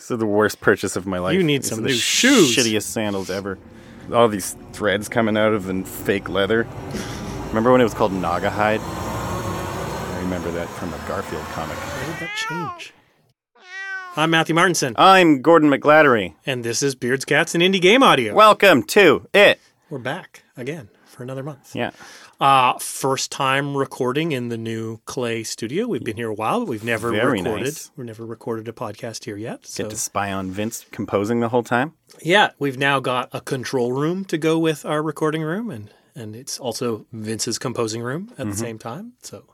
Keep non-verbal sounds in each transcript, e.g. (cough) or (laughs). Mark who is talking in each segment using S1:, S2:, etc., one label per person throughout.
S1: This is the worst purchase of my life.
S2: You need
S1: These
S2: some
S1: are the
S2: new shoes.
S1: Shittiest sandals ever. All these threads coming out of the fake leather. Remember when it was called Naga hide? I remember that from a Garfield comic.
S2: How did that change? I'm Matthew Martinson,
S1: I'm Gordon McLattery.
S2: and this is Beards, Cats, and Indie Game Audio.
S1: Welcome to it.
S2: We're back again for another month.
S1: Yeah.
S2: Uh, first time recording in the new Clay studio. We've been here a while, but we've never
S1: Very
S2: recorded.
S1: nice.
S2: We've never recorded a podcast here yet. So
S1: Get to spy on Vince composing the whole time.
S2: yeah, we've now got a control room to go with our recording room, and and it's also Vince's composing room
S1: Mm-hmm.
S2: at the same time. So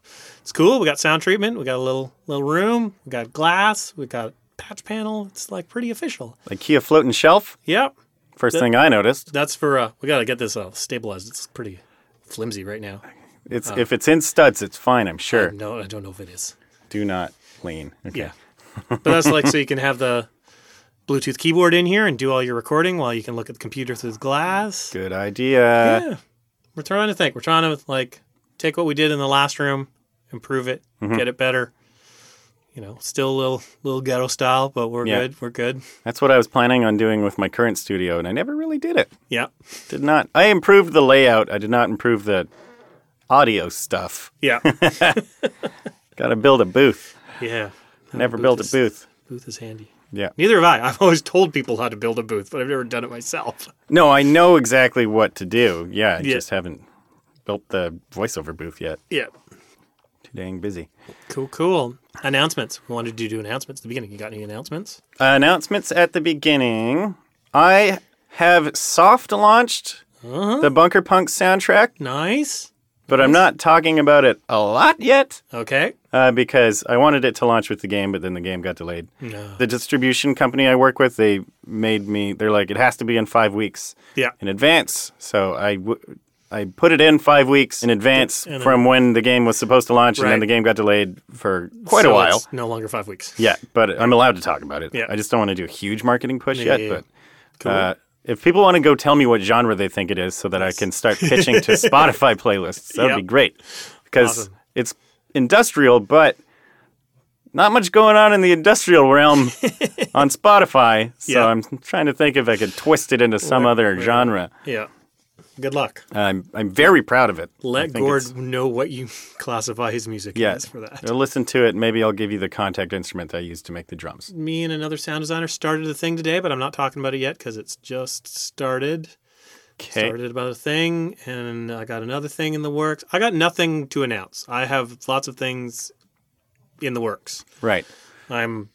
S2: it's cool. We got sound treatment. We got a little little room. We got glass. We got patch panel. It's like pretty official.
S1: IKEA floating shelf.
S2: Yep.
S1: First thing I noticed.
S2: That's for uh, we gotta get this uh, stabilized. It's pretty flimsy right now.
S1: It's if it's in studs, it's fine. I'm sure.
S2: No, Oh. I don't know if it is.
S1: Do not lean. Okay.
S2: Yeah, but that's like so you can have the Bluetooth keyboard in here and do all your recording while you can look at the computer through the glass.
S1: Good idea.
S2: Yeah, we're trying to think. We're trying to like take what we did in the last room, improve it,
S1: Mm-hmm.
S2: get it better. You know, still a little little ghetto style, but we're
S1: Yeah.
S2: good. We're good.
S1: That's what I was planning on doing with my current studio, and I never really did it.
S2: Yeah,
S1: Did not. I improved the layout. I did not improve the audio stuff. (laughs)
S2: yeah,
S1: Got to build a booth.
S2: yeah.
S1: Never built a
S2: is-
S1: booth.
S2: Booth is handy.
S1: Yeah.
S2: Neither have I. I've always told people how to build a booth, but I've never done it myself. (laughs)
S1: No, I know exactly what to do. Yeah, I
S2: Yeah.
S1: just haven't built the voiceover booth yet.
S2: Yeah.
S1: Too dang busy.
S2: Cool, cool. Announcements. We wanted to do announcements at the beginning. You got any announcements?
S1: announcements at the beginning. I have soft launched the Bunker Punk soundtrack,
S2: Nice.
S1: but I'm not talking about it a lot yet
S2: Okay.
S1: uh, because I wanted it to launch with the game, but then the game got delayed.
S2: No.
S1: The distribution company I work with, they made me. They're like, it has to be in five weeks
S2: Yeah.
S1: in advance. So I. W- I put it in five weeks in advance
S2: And then-
S1: from when the game was supposed to launch, and
S2: Right.
S1: then the game got delayed for quite
S2: So
S1: a while.
S2: it's no longer five weeks.
S1: Yeah, but I'm allowed to talk about it.
S2: Yeah.
S1: I just don't want to do a huge marketing push
S2: Yeah,
S1: yet.
S2: yeah, yeah.
S1: But uh, if people want to go tell me what genre they think it is so that I can
S2: (laughs)
S1: start pitching to Spotify playlists, that would be
S2: Yep.
S1: great because
S2: Awesome.
S1: it's industrial, but not much going on in the industrial
S2: (laughs)
S1: realm on Spotify. So
S2: Yeah.
S1: I'm trying to think if I could twist it into some other genre.
S2: Yeah. Good luck.
S1: I'm, I'm very proud of it. I
S2: Let
S1: think
S2: Gord
S1: it's-
S2: know what you (laughs) classify his music
S1: Yeah,
S2: as for that.
S1: I'll listen to it. Maybe I'll give you the contact instrument I used to make the drums.
S2: Me and another sound designer started a thing today, but I'm not talking about it yet because it's just started.
S1: Okay.
S2: Started about a thing, and I got another thing in the works. I got nothing to announce. I have lots of things in the works.
S1: Right.
S2: I'm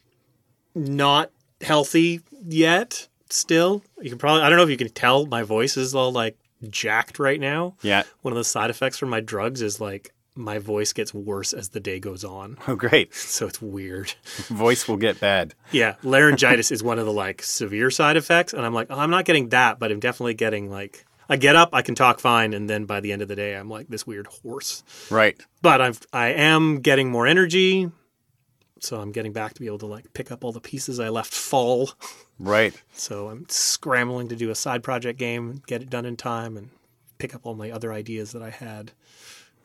S2: not healthy yet. Still, you can probably I don't know if you can tell my voice is all like jacked right now.
S1: Yeah. (laughs)
S2: One of the side effects from my drugs is like my voice gets worse as the day goes on. (laughs)
S1: Oh, great.
S2: So it's weird.
S1: voice will get bad.
S2: Yeah, laryngitis is one of the like severe side effects and I'm like, "Oh, I'm not getting that, but I'm definitely getting like I get up, I can talk fine, and then by the end of the day, I'm like this weird horse.
S1: Right.
S2: But I've I am getting more energy, so I'm getting back to be able to like pick up all the pieces I left fall (laughs)
S1: Right.
S2: So I'm scrambling to do a side project game, get it done in time, and pick up all my other ideas that I had.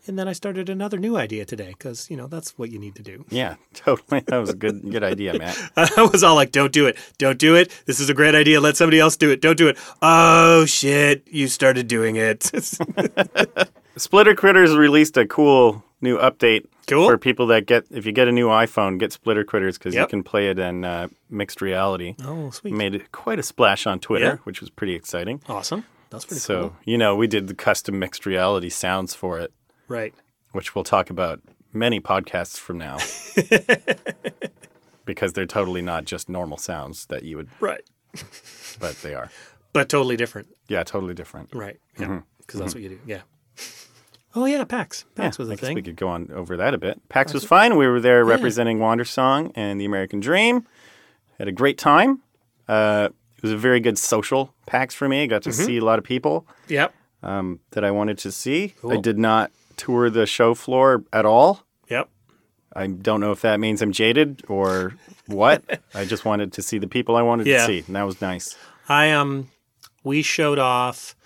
S2: And then I started another new idea today because, you know, that's what you need to do. (laughs)
S1: Yeah. (laughs) Totally. That was a good good idea, Matt.
S2: I was all like, don't do it. Don't do it. This is a great idea. Let somebody else do it. Don't do it. Oh, shit. You started doing it. (laughs)
S1: Splitter Critters released a cool new update
S2: Cool.
S1: for people that get if you get a new iPhone, get Splitter Critters because
S2: Yep.
S1: you can play it in uh, mixed reality.
S2: oh, sweet.
S1: Made quite a splash on Twitter,
S2: Yeah.
S1: which was pretty exciting.
S2: Awesome. That's pretty
S1: So
S2: cool.
S1: you know we did the custom mixed reality sounds for it,
S2: Right.
S1: which we'll talk about many podcasts from
S2: (laughs)
S1: now. Because they're totally not just normal sounds that you would,
S2: Right.
S1: but they are.
S2: But totally different.
S1: Yeah, totally different.
S2: Right. Yeah.
S1: Mm-hmm.
S2: Because that's what you do. Yeah. Oh, yeah. PAX. PAX was a
S1: I guess
S2: thing.
S1: we could go on over that a bit. PAX was fun. We were there representing Wandersong and the American Dream. Had a great time. Uh, it was a very good social PAX for me. I got to
S2: Mm-hmm.
S1: see a lot of people
S2: Yep.
S1: um, that I wanted to see. I
S2: Cool.
S1: did not tour the show floor at all.
S2: Yep.
S1: I don't know if that means I'm jaded or
S2: (laughs)
S1: what. I just wanted to see the people I wanted
S2: Yeah.
S1: to see, and that was nice.
S2: I um, we showed off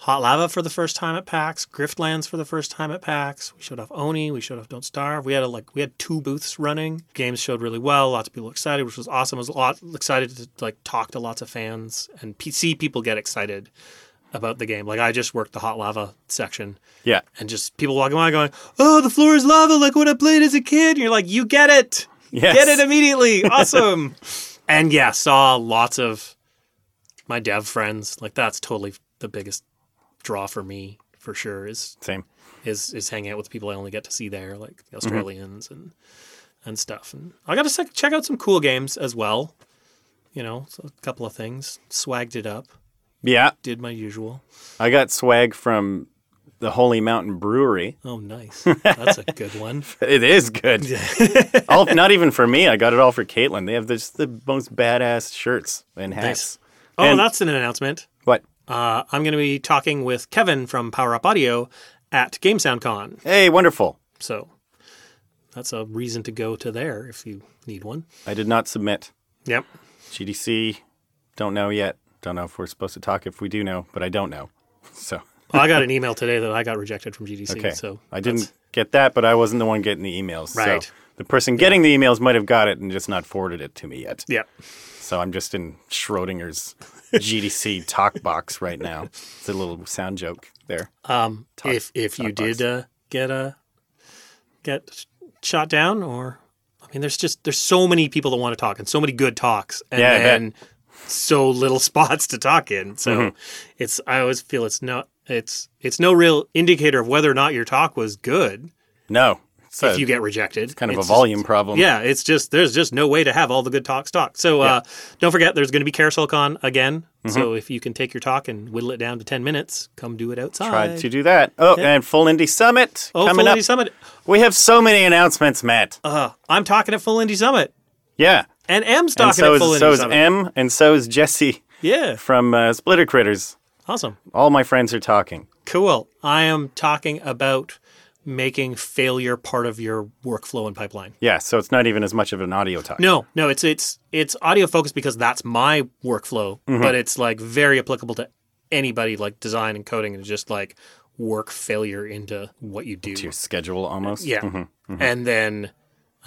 S2: Hot Lava for the first time at PAX, Griftlands for the first time at PAX. We showed off Oni, we showed off Don't Starve. We had a, like we had two booths running. Games showed really well. Lots of people excited, which was awesome. I was a lot excited to like talk to lots of fans and p- see people get excited about the game. Like I just worked the Hot Lava section
S1: Yeah.
S2: and just people walking by going, "Oh, the floor is lava like what I played as a kid." And you're like, "You get it.
S1: Yes.
S2: Get it immediately. Awesome." and yeah, saw lots of my dev friends. Like that's totally the biggest draw for me for sure is
S1: Same.
S2: is is hanging out with people I only get to see there, like the Australians and and stuff. And I got to sec- check out some cool games as well. You know, so a couple of things. Swagged it up.
S1: Yeah.
S2: Did my usual.
S1: I got swag from the Holy Mountain Brewery.
S2: Oh, nice. That's a good one.
S1: It is good. (laughs) all, not even for me. I got it all for Caitlin. They have this, the most badass shirts and hats.
S2: Oh,
S1: And-
S2: that's an announcement.
S1: What?
S2: Uh, I'm going to be talking with Kevin from Power Up Audio at GameSoundCon.
S1: Hey, wonderful.
S2: So that's a reason to go to there if you need one.
S1: I did not submit.
S2: Yep.
S1: GDC, don't know yet. Don't know if we're supposed to talk if we do know, but I don't know. (laughs) So,
S2: Well, I got an email today that I got rejected from GDC.
S1: okay.
S2: So
S1: I didn't get that, but I wasn't the one getting the emails. so
S2: Right.
S1: the person getting the emails might have got it and just not forwarded it to me yet.
S2: Yep.
S1: So I'm just in Schrodinger's GDC talk box right now. It's a little sound joke there.
S2: Um, if if you
S1: box.
S2: did uh, get a get shot down, or I mean, there's just there's so many people that want to talk and so many good talks, and
S1: Yeah, I bet.
S2: then so little (laughs) spots to talk in. So
S1: Mm-hmm.
S2: it's I always feel it's not it's it's no real indicator of whether or not your talk was good
S1: No. So
S2: if you get rejected.
S1: kind of
S2: It's
S1: a
S2: just-
S1: volume problem.
S2: yeah, it's just there's just no way to have all the good talks talked. So uh, don't forget, there's going to be CarouselCon again. So if you can take your talk and whittle it down to ten minutes, come do it outside.
S1: Mm-hmm. Tried to do that. Oh, and Full Indie Summit
S2: Oh,
S1: coming
S2: Full
S1: up.
S2: Indie Summit.
S1: We have so many announcements, Matt.
S2: Uh, I'm talking at Full Indie Summit,
S1: yeah.
S2: and M's talking
S1: And so
S2: at Full
S1: is,
S2: Indie
S1: so is
S2: Summit.
S1: M, and so is Jesse
S2: yeah,
S1: from uh, Splitter Critters.
S2: awesome,
S1: All my friends are talking.
S2: cool. I am talking about making failure part of your workflow and pipeline.
S1: Yeah, so it's not even as much of an audio talk.
S2: No, no, it's it's it's audio focused because that's my workflow,
S1: Mm-hmm.
S2: but it's like very applicable to anybody like design and coding and just like work failure into what you do.
S1: Your schedule almost.
S2: Yeah.
S1: Mm-hmm.
S2: And then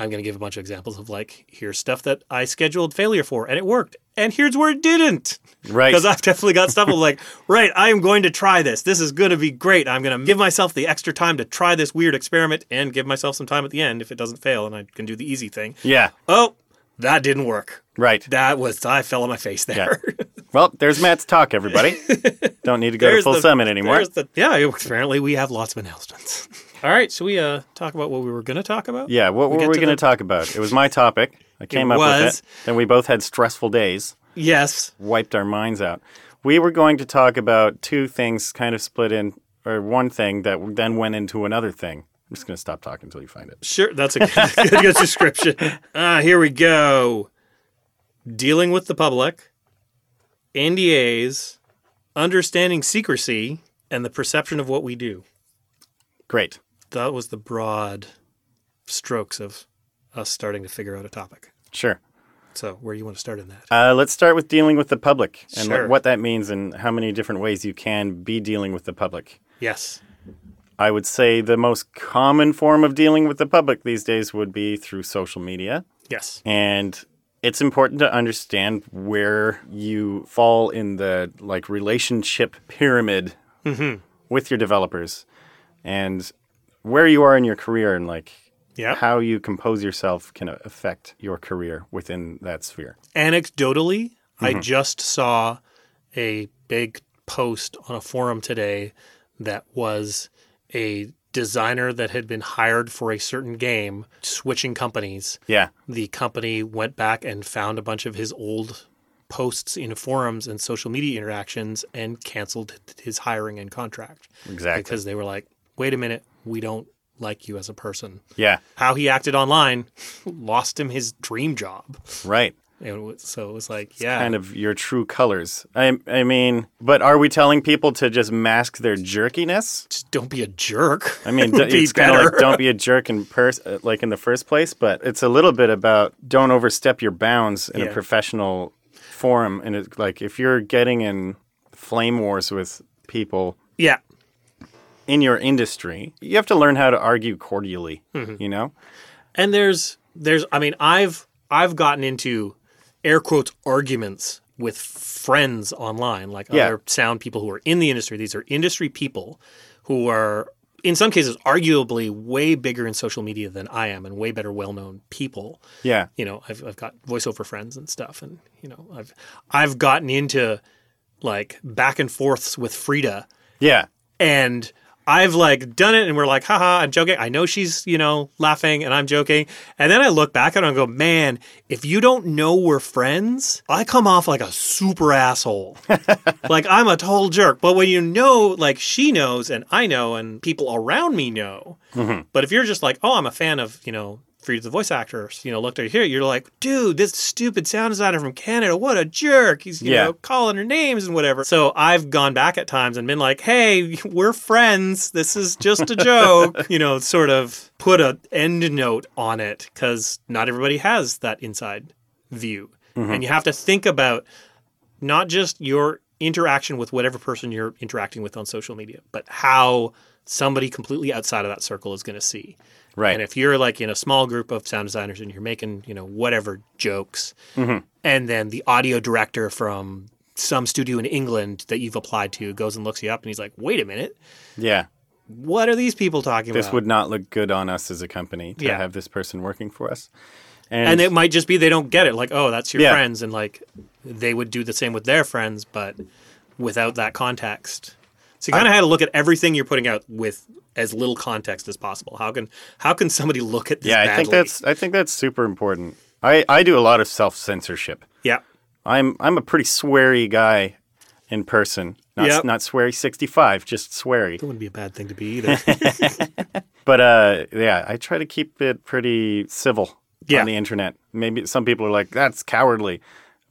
S2: I'm going to give a bunch of examples of like here's stuff that I scheduled failure for and it worked and here's where it didn't.
S1: Right.
S2: because I've definitely got stuff. I'm like, (laughs) right, I am going to try this. This is going to be great. I'm going to give myself the extra time to try this weird experiment and give myself some time at the end if it doesn't fail and I can do the easy thing.
S1: yeah.
S2: Oh, that didn't work.
S1: Right.
S2: That was I fell on my face there.
S1: Well, there's Matt's talk, everybody. Don't need to go to
S2: (laughs) There's
S1: Full
S2: the-
S1: Summit anymore.
S2: There's the- yeah, apparently we have lots of announcements. (laughs) All right, should we uh, talk about what we were going to talk about?
S1: Yeah, what were
S2: get
S1: we
S2: to
S1: going to
S2: the-
S1: talk about? It was my topic. I came up with
S2: was.
S1: it. Then we both had stressful days,
S2: Yes.
S1: wiped our minds out. We were going to talk about two things kind of split in, or one thing that then went into another thing. I'm just going to stop talking until you find it.
S2: Sure, that's a (laughs) good, good, good description. Ah, here we go. Dealing with the public, NDAs, understanding secrecy, and the perception of what we do.
S1: Great.
S2: That was the broad strokes of us starting to figure out a topic.
S1: Sure.
S2: So, where you want to start in that?
S1: Uh, let's start with dealing with the public and
S2: Sure.
S1: what that means and how many different ways you can be dealing with the public.
S2: Yes.
S1: I would say the most common form of dealing with the public these days would be through social media.
S2: Yes.
S1: and it's important to understand where you fall in the like relationship pyramid with your developers and where you are in your career and like
S2: Yeah.
S1: how you compose yourself can affect your career within that sphere
S2: anecdotally, I just saw a big post on a forum today that was a designer that had been hired for a certain game switching companies.
S1: yeah
S2: The company went back and found a bunch of his old posts in forums and social media interactions and canceled his hiring and contract
S1: exactly
S2: because they were like, wait a minute, we don't like you as a person.
S1: yeah
S2: How he acted online (laughs) lost him his dream job.
S1: right
S2: And it was- so it was like, yeah,
S1: kind of your true colors I, I mean but are we telling people to just mask their jerkiness
S2: just don't be a jerk.
S1: I mean,
S2: It (laughs) would
S1: d-
S2: be
S1: it's kind of
S2: better.
S1: like don't be a jerk in pers- uh, like in the first place, but it's a little bit about don't overstep your bounds in a
S2: Yeah.
S1: professional forum. And it, like if you're getting in flame wars with people
S2: Yeah.
S1: in your industry, you have to learn how to argue cordially,
S2: Mm-hmm.
S1: you know?
S2: And there's there's I mean I've I've gotten into air quotes arguments with friends online, like
S1: Yeah.
S2: other sound people who are in the industry. These are industry people who are in some cases arguably way bigger in social media than I am and way better well known people.
S1: Yeah.
S2: you know, I've I've got voiceover friends and stuff, and you know, I've I've gotten into like back and forths with Frida,
S1: Yeah.
S2: and I've like done it, and we're like, haha, I'm joking. I know she's you know laughing, and I'm joking, and then I look back at her and go, man, if you don't know we're friends, I come off like a super asshole, like I'm a total jerk. But when you know, like she knows, and I know, and people around me know, but if you're just like, oh, I'm a fan of, you know, Free the voice actors, you know, looked over here, you're like, dude, this stupid sound designer from Canada, what a jerk. He's, you
S1: Yeah.
S2: know, calling her names and whatever. So I've gone back at times and been like, hey, (laughs) we're friends. This is just a joke, (laughs) you know, sort of put an end note on it because not everybody has that inside view. And you have to think about not just your interaction with whatever person you're interacting with on social media, but how somebody completely outside of that circle is going to see.
S1: Right.
S2: And if you're like in a small group of sound designers and you're making, you know, whatever jokes,
S1: Mm-hmm.
S2: and then the audio director from some studio in England that you've applied to goes and looks you up and he's like, wait a minute,
S1: yeah.
S2: what are these people talking
S1: This
S2: about?
S1: would not look good on us as a company to
S2: uh, Yeah.
S1: have this person working for us.
S2: and it might just be they don't get it. Like, oh, that's your
S1: Yeah.
S2: friends. And like they would do the same with their friends, but without that context. So you kind of had to look at everything you're putting out with as little context as possible. How can how can somebody look at this?
S1: yeah, I think
S2: badly?
S1: that's I think that's super important. I, I do a lot of self censorship.
S2: yeah,
S1: I'm I'm a pretty sweary guy in person. Not
S2: Yep.
S1: not sweary 65, just sweary.
S2: that wouldn't be a bad thing to be
S1: (laughs)
S2: either.
S1: But uh, yeah, I try to keep it pretty civil
S2: Yeah.
S1: on the internet. Maybe some people are like, "That's cowardly,"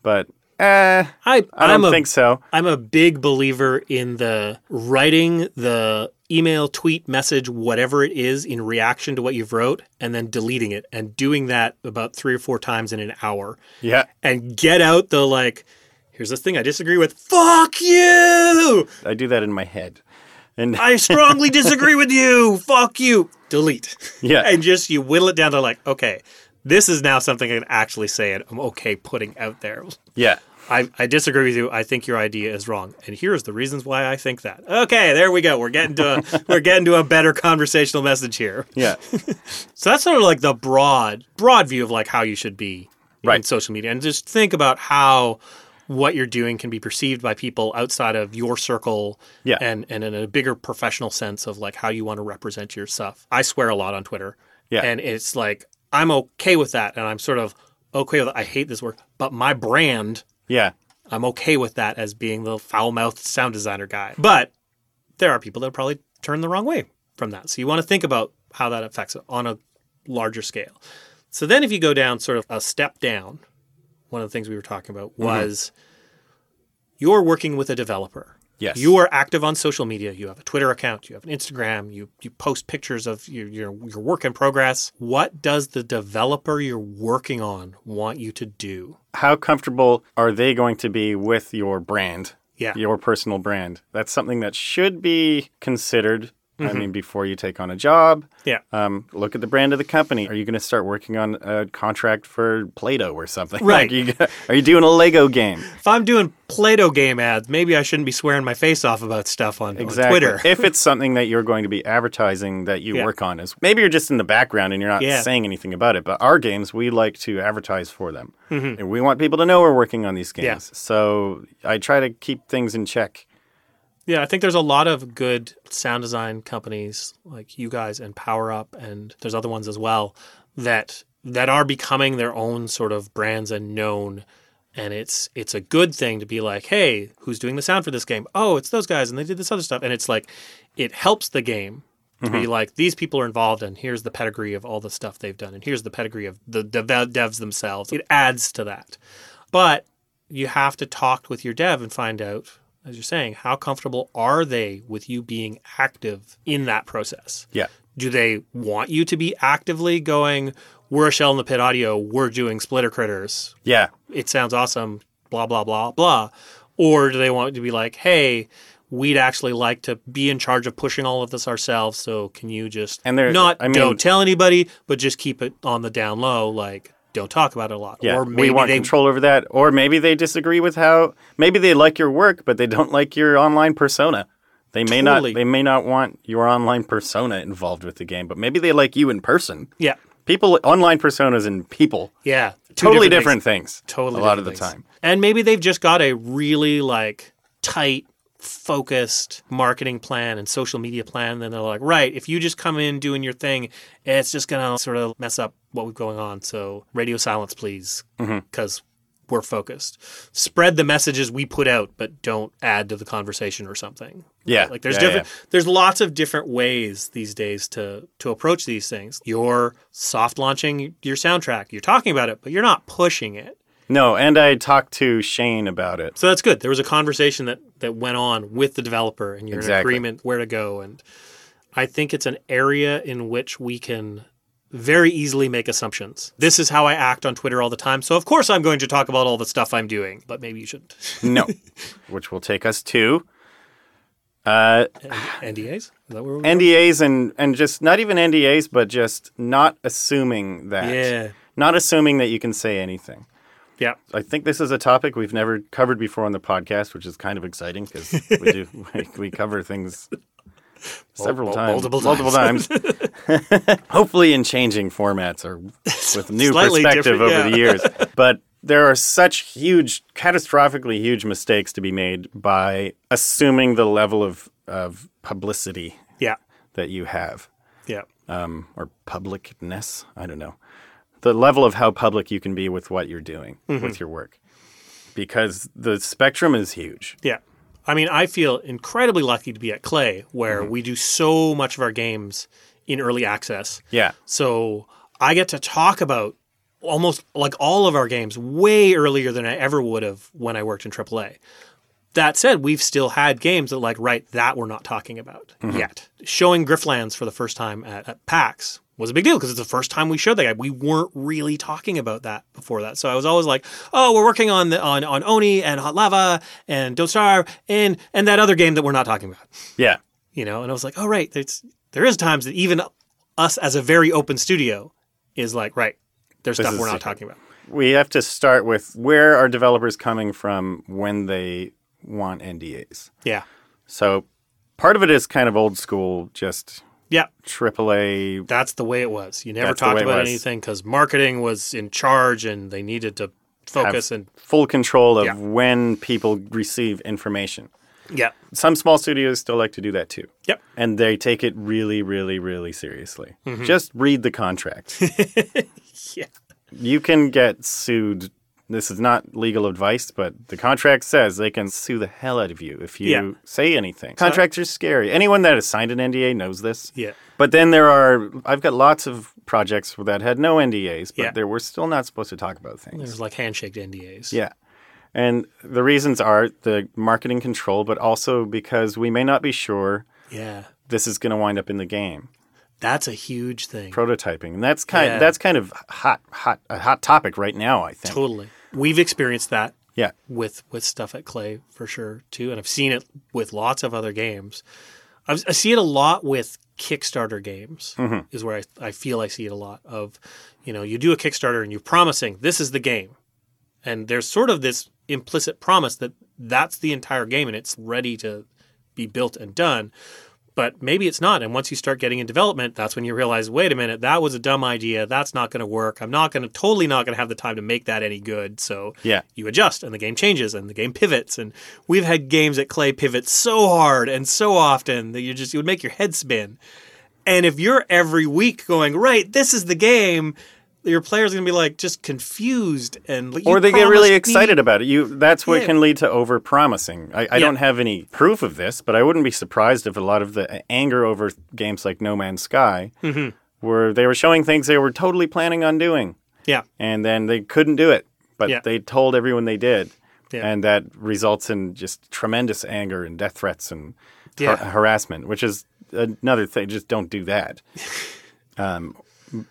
S1: but eh,
S2: I
S1: I
S2: I'm
S1: don't
S2: a
S1: think so.
S2: I'm a big believer in the writing the email, tweet, message, whatever it is in reaction to what you've wrote and then deleting it and doing that about 3 or 4 times in an hour
S1: Yeah,
S2: and get out the like here's this thing I disagree with. Fuck you.
S1: I do that in my head, and
S2: I strongly disagree with you. Fuck you. Delete.
S1: Yeah.
S2: And just you whittle it down to like okay, this is now something I can actually say and I'm okay putting out there.
S1: (laughs) yeah,
S2: I, I disagree with you. I think your idea is wrong, and here's the reasons why I think that. Okay, there we go. We're getting to a, we're getting to a better conversational message here.
S1: yeah,
S2: So that's sort of like the broad broad view of like how you should be in
S1: Right.
S2: social media, and just think about how what you're doing can be perceived by people outside of your circle,
S1: Yeah.
S2: and and in a bigger professional sense of like how you want to represent yourself. I swear a lot on Twitter,
S1: Yeah.
S2: and it's like I'm okay with that, and I'm sort of okay with. I hate this word, but my brand
S1: yeah,
S2: I'm okay with that as being the foul mouthed sound designer guy. But there are people that probably turn the wrong way from that. So you want to think about how that affects it on a larger scale. So then if you go down sort of a step down, one of the things we were talking about was you're working with a developer.
S1: Yes.
S2: You are active on social media. You have a Twitter account, you have an Instagram, you you post pictures of your your, your work in progress. What does the developer you're working on want you to do?
S1: How comfortable are they going to be with your brand?
S2: Yeah.
S1: your personal brand. That's something that should be considered. I
S2: Mm-hmm.
S1: mean, before you take on a job,
S2: Yeah.
S1: Um, look at the brand of the company. Are you going to start working on a contract for Play-Doh or something? (laughs)
S2: Right.
S1: Like, you- are you doing a Lego game?
S2: if I'm doing Play-Doh game ads, maybe I shouldn't be swearing my face off about stuff on, on
S1: (laughs)
S2: Twitter.
S1: if it's something that you're going to be advertising that you
S2: Yeah.
S1: work on, is maybe you're just in the background and you're not
S2: Yeah.
S1: saying anything about it. But our games, we like to advertise for them. And we want people to know we're working on these games.
S2: Mm-hmm. Yeah.
S1: So I try to keep things in check.
S2: Yeah, I think there's a lot of good sound design companies like you guys and Power Up, and there's other ones as well that that are becoming their own sort of brands and known. And it's it's a good thing to be like, hey, who's doing the sound for this game? Oh, it's those guys, and they did this other stuff. And it's like, it helps the game to be like these people are involved, and here's the pedigree of all the stuff they've done, and here's the pedigree of the dev- devs themselves. It adds to that, but you have to talk with your dev and find out, as you're saying, how comfortable are they with you being active in that process?
S1: Yeah.
S2: Do they want you to be actively going, we're a shell in the pit audio, we're doing splitter critters,
S1: Yeah.
S2: it sounds awesome, blah, blah, blah, blah? Or do they want you to be like, hey, we'd actually like to be in charge of pushing all of this ourselves. So can you just
S1: And there-
S2: not
S1: I mean-
S2: don't tell anybody, but just keep it on the down low, like don't talk about it a lot.
S1: Yeah,
S2: or maybe
S1: we want
S2: they
S1: control over that. Or maybe they disagree with how. Maybe they like your work, but they don't like your online persona. They may
S2: Totally.
S1: not. They may not want your online persona involved with the game, but maybe they like you in person.
S2: Yeah.
S1: People, online personas and people,
S2: Yeah. Two
S1: totally
S2: things.
S1: different, things.
S2: Totally.
S1: a lot
S2: different
S1: of the
S2: things.
S1: time.
S2: And maybe they've just got a really like tight, focused marketing plan and social media plan. And then they're like, right, if you just come in doing your thing, it's just going to sort of mess up what we've going on. So radio silence, please,
S1: Mm-hmm.
S2: because we're focused. Spread the messages we put out, but don't add to the conversation or something.
S1: Yeah,
S2: Like there's
S1: yeah,
S2: different
S1: yeah.
S2: there's lots of different ways these days to to approach these things. You're soft launching your soundtrack. You're talking about it, but you're not pushing it.
S1: No, and I talked to Shane about it.
S2: So that's good. There was a conversation that that went on with the developer, and you're in
S1: Exactly.
S2: agreement where to go. And I think it's an area in which we can very easily make assumptions. This is how I act on Twitter all the time, so of course I'm going to talk about all the stuff I'm doing. But maybe you (laughs) shouldn't.
S1: No, which will take us to uh,
S2: NDAs? Is that where we?
S1: NDAs and and just not even NDAs, but just not assuming that.
S2: Yeah.
S1: Not assuming that you can say anything.
S2: Yeah.
S1: I think this is a topic we've never covered before on the podcast, which is kind of exciting because we
S2: (laughs)
S1: do we, we cover things several
S2: mul-
S1: times,
S2: multiple
S1: times.
S2: (laughs)
S1: Hopefully, in changing formats or with new
S2: Slightly
S1: perspective
S2: different,
S1: over
S2: yeah.
S1: the
S2: (laughs)
S1: years. But there are such huge, catastrophically huge mistakes to be made by assuming the level of of publicity
S2: Yeah.
S1: that you have
S2: Yeah.
S1: um, or publicness. I don't know. The level of how public you can be with what you're doing, with your work, because the spectrum is huge.
S2: Yeah. I mean, I feel incredibly lucky to be at Clay, where we do so much of our games in early access.
S1: Yeah.
S2: So I get to talk about almost like all of our games way earlier than I ever would have when I worked in AAA. That said, we've still had games that, like, right, that we're not talking about yet. Showing Grifflands for the first time at, at PAX was a big deal because it's the first time we showed that guy. We weren't really talking about that before that. So I was always like, oh, we're working on the, on, on Oni and Hot Lava and Don't Starve and, and that other game that we're not talking about
S1: Yeah.
S2: you know and i was like oh right there's there is times that even us as a very open studio is like right there's
S1: This
S2: stuff
S1: is
S2: we're not
S1: secret.
S2: talking about
S1: We have to start with where are developers coming from when they want NDAs.
S2: yeah
S1: So part of it is kind of old school, just
S2: yeah
S1: AAA.
S2: that's the way it was you never
S1: That's the
S2: talked
S1: way it
S2: about
S1: was.
S2: anything because marketing was in charge and they needed to focus and
S1: Full control of
S2: Yeah.
S1: when people receive information.
S2: yeah
S1: Some small studios still like to do that too.
S2: yep
S1: and they take it really, really, really seriously. Just read the contract.
S2: Mm-hmm. (laughs) Yeah.
S1: You can get sued. This is not legal advice, but the contract says they can sue the hell out of you if you
S2: Yeah.
S1: say anything. Contracts are scary. Anyone that has signed an NDA knows this.
S2: yeah
S1: But then there are, I've got lots of projects that had no NDAs, but
S2: Yeah.
S1: they were still not supposed to talk about things.
S2: there's like handshake ndas
S1: Yeah. And the reasons are the marketing control, but also because we may not be sure
S2: yeah
S1: this is going to wind up in the game.
S2: that's a huge thing
S1: prototyping, and that's kind
S2: Yeah.
S1: that's kind of hot hot a hot topic right now. I think.
S2: totally we've experienced that
S1: Yeah,
S2: with with stuff at Clay for sure too, and I've seen it with lots of other games. I've, I see it a lot with Kickstarter games is where I, I feel I see it a lot of, you know, you do a Kickstarter and you're promising this is the game, and there's sort of this implicit promise that that's the entire game and it's ready to be built and done. But maybe it's not. And once you start getting in development, that's when you realize, wait a minute, that was a dumb idea. That's not going to work. I'm not going to totally not going to have the time to make that any good. So
S1: Yeah.
S2: you adjust and the game changes and the game pivots. And we've had games at Clay pivot so hard and so often that you just, you would make your head spin. And if you're every week going, right, this is the game, your player's going to be like just confused and like,
S1: or
S2: "You
S1: they get really
S2: promised me
S1: excited about it. You that's what
S2: Yeah.
S1: can lead to over promising. I, I don't have any proof of this, but I wouldn't be surprised if a lot of the anger over games like No Man's Sky
S2: Mm-hmm.
S1: were they were showing things they were totally planning on doing,
S2: Yeah.
S1: and then they couldn't do it, but
S2: Yeah.
S1: they told everyone they did.
S2: Yeah.
S1: And that results in just tremendous anger and death threats and har-
S2: Yeah.
S1: harassment, which is another thing. Just don't do
S2: (laughs)
S1: that. Um,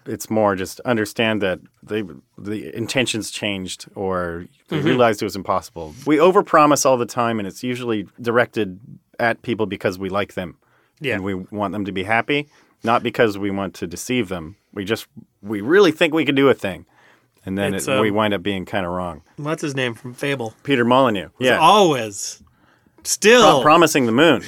S1: it's more just understand that they the intentions changed
S2: Mm-hmm.
S1: or they realized it was impossible. We overpromise all the time, and it's usually directed at people because we like them.
S2: Yeah.
S1: And we want them to be happy, not because we want to deceive them. We just we really think we can do a thing. And then
S2: It's,
S1: it,
S2: um,
S1: we wind up being kind of wrong.
S2: What's his name from Fable?
S1: Peter Molyneux. Yeah.
S2: Always, still
S1: Pro- promising the moon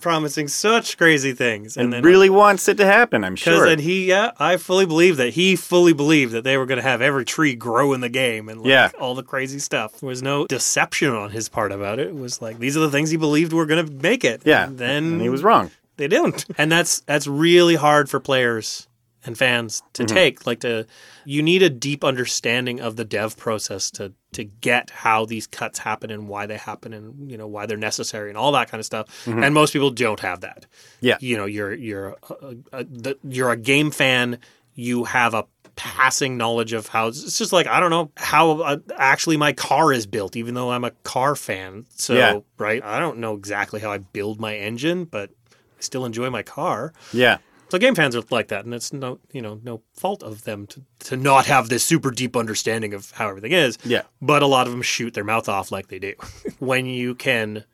S2: promising such crazy things, and,
S1: and
S2: then
S1: really wants it to happen, I'm
S2: because
S1: sure.
S2: then he, yeah, I fully believe that he fully believed that they were going to have every tree grow in the game and like
S1: Yeah.
S2: all the crazy stuff. There was no deception on his part about it. It was like these are the things he believed were going to make it.
S1: yeah.
S2: And then
S1: and he was wrong.
S2: they don't (laughs) and that's that's really hard for players and fans to take like to you need a deep understanding of the dev process to to get how these cuts happen and why they happen and you know why they're necessary and all that kind of stuff and most people don't have that
S1: Yeah.
S2: you know you're you're a, a, the, you're a game fan you have a passing knowledge of how it's just like i don't know how uh, actually my car is built even though i'm a car fan so
S1: Yeah.
S2: right i don't know exactly how i build my engine but i still enjoy my car
S1: Yeah.
S2: so game fans are like that and it's no you know no fault of them to, to not have this super deep understanding of how everything is
S1: Yeah.
S2: but a lot of them shoot their mouth off like they do (laughs) when you can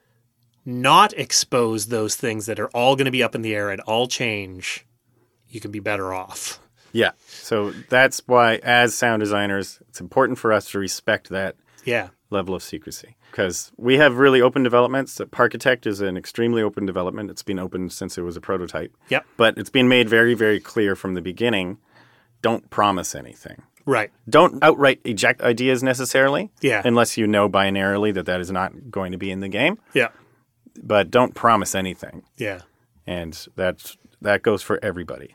S2: not expose those things that are all going to be up in the air and all change you can be better off
S1: Yeah. So that's why, as sound designers, it's important for us to respect that
S2: yeah
S1: level of secrecy because we have really open developments. Parkitect is an extremely open development. It's been open since it was a prototype.
S2: Yep.
S1: But it's been made very, very clear from the beginning don't promise anything.
S2: right
S1: Don't outright eject ideas necessarily.
S2: Yeah.
S1: Unless you know binarily that that is not going to be in the game,
S2: yeah
S1: but don't promise anything.
S2: yeah
S1: And that's, that goes for
S2: (laughs)
S1: everybody.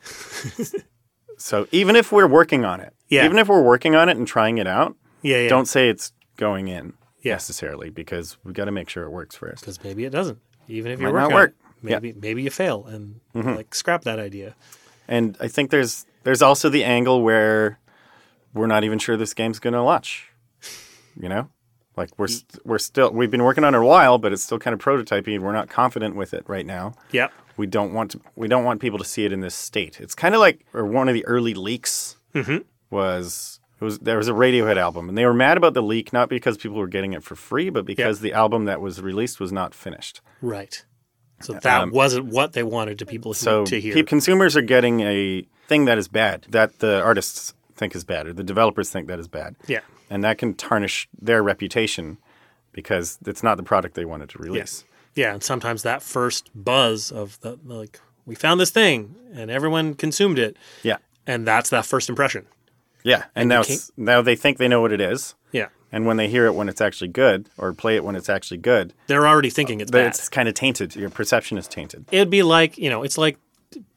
S1: so even if we're working on it,
S2: Yeah.
S1: even if we're working on it and trying it out,
S2: yeah, yeah.
S1: don't say it's going in
S2: Yeah.
S1: necessarily because we've got to make sure it works first.
S2: because maybe it doesn't even if you
S1: Might
S2: work
S1: not
S2: on it.
S1: work. Yeah. Mm-hmm.
S2: maybe maybe you fail and like scrap that idea
S1: And I think there's there's also the angle where we're not even sure this game's going to launch. You know, like we're st- we're still we've been working on it a while, but it's still kind of prototypey, and we're not confident with it right now.
S2: yep
S1: We don't want to, we don't want people to see it in this state. It's kind of like or one of the early leaks was. It was, there was a Radiohead album, and they were mad about the leak not because people were getting it for free, but because the album that was released was not finished.
S2: Right. So that wasn't what they wanted to people
S1: Uh, um, So
S2: to hear.
S1: pe- consumers are getting a thing that is bad, that the artists think is bad, or the developers think that is bad.
S2: Yeah.
S1: And that can tarnish their reputation because it's not the product they wanted to release.
S2: yeah, and sometimes that first buzz of the like we found this thing and everyone consumed it
S1: Yeah.
S2: and that's that first impression.
S1: Yeah. And, now,
S2: can't-
S1: it's, now they think they know what it is.
S2: Yeah.
S1: And when they hear it when it's actually good, or play it when it's actually good,
S2: They're already thinking it's
S1: but
S2: bad.
S1: it's kind of tainted. Your perception is tainted.
S2: It'd be like, you know, it's like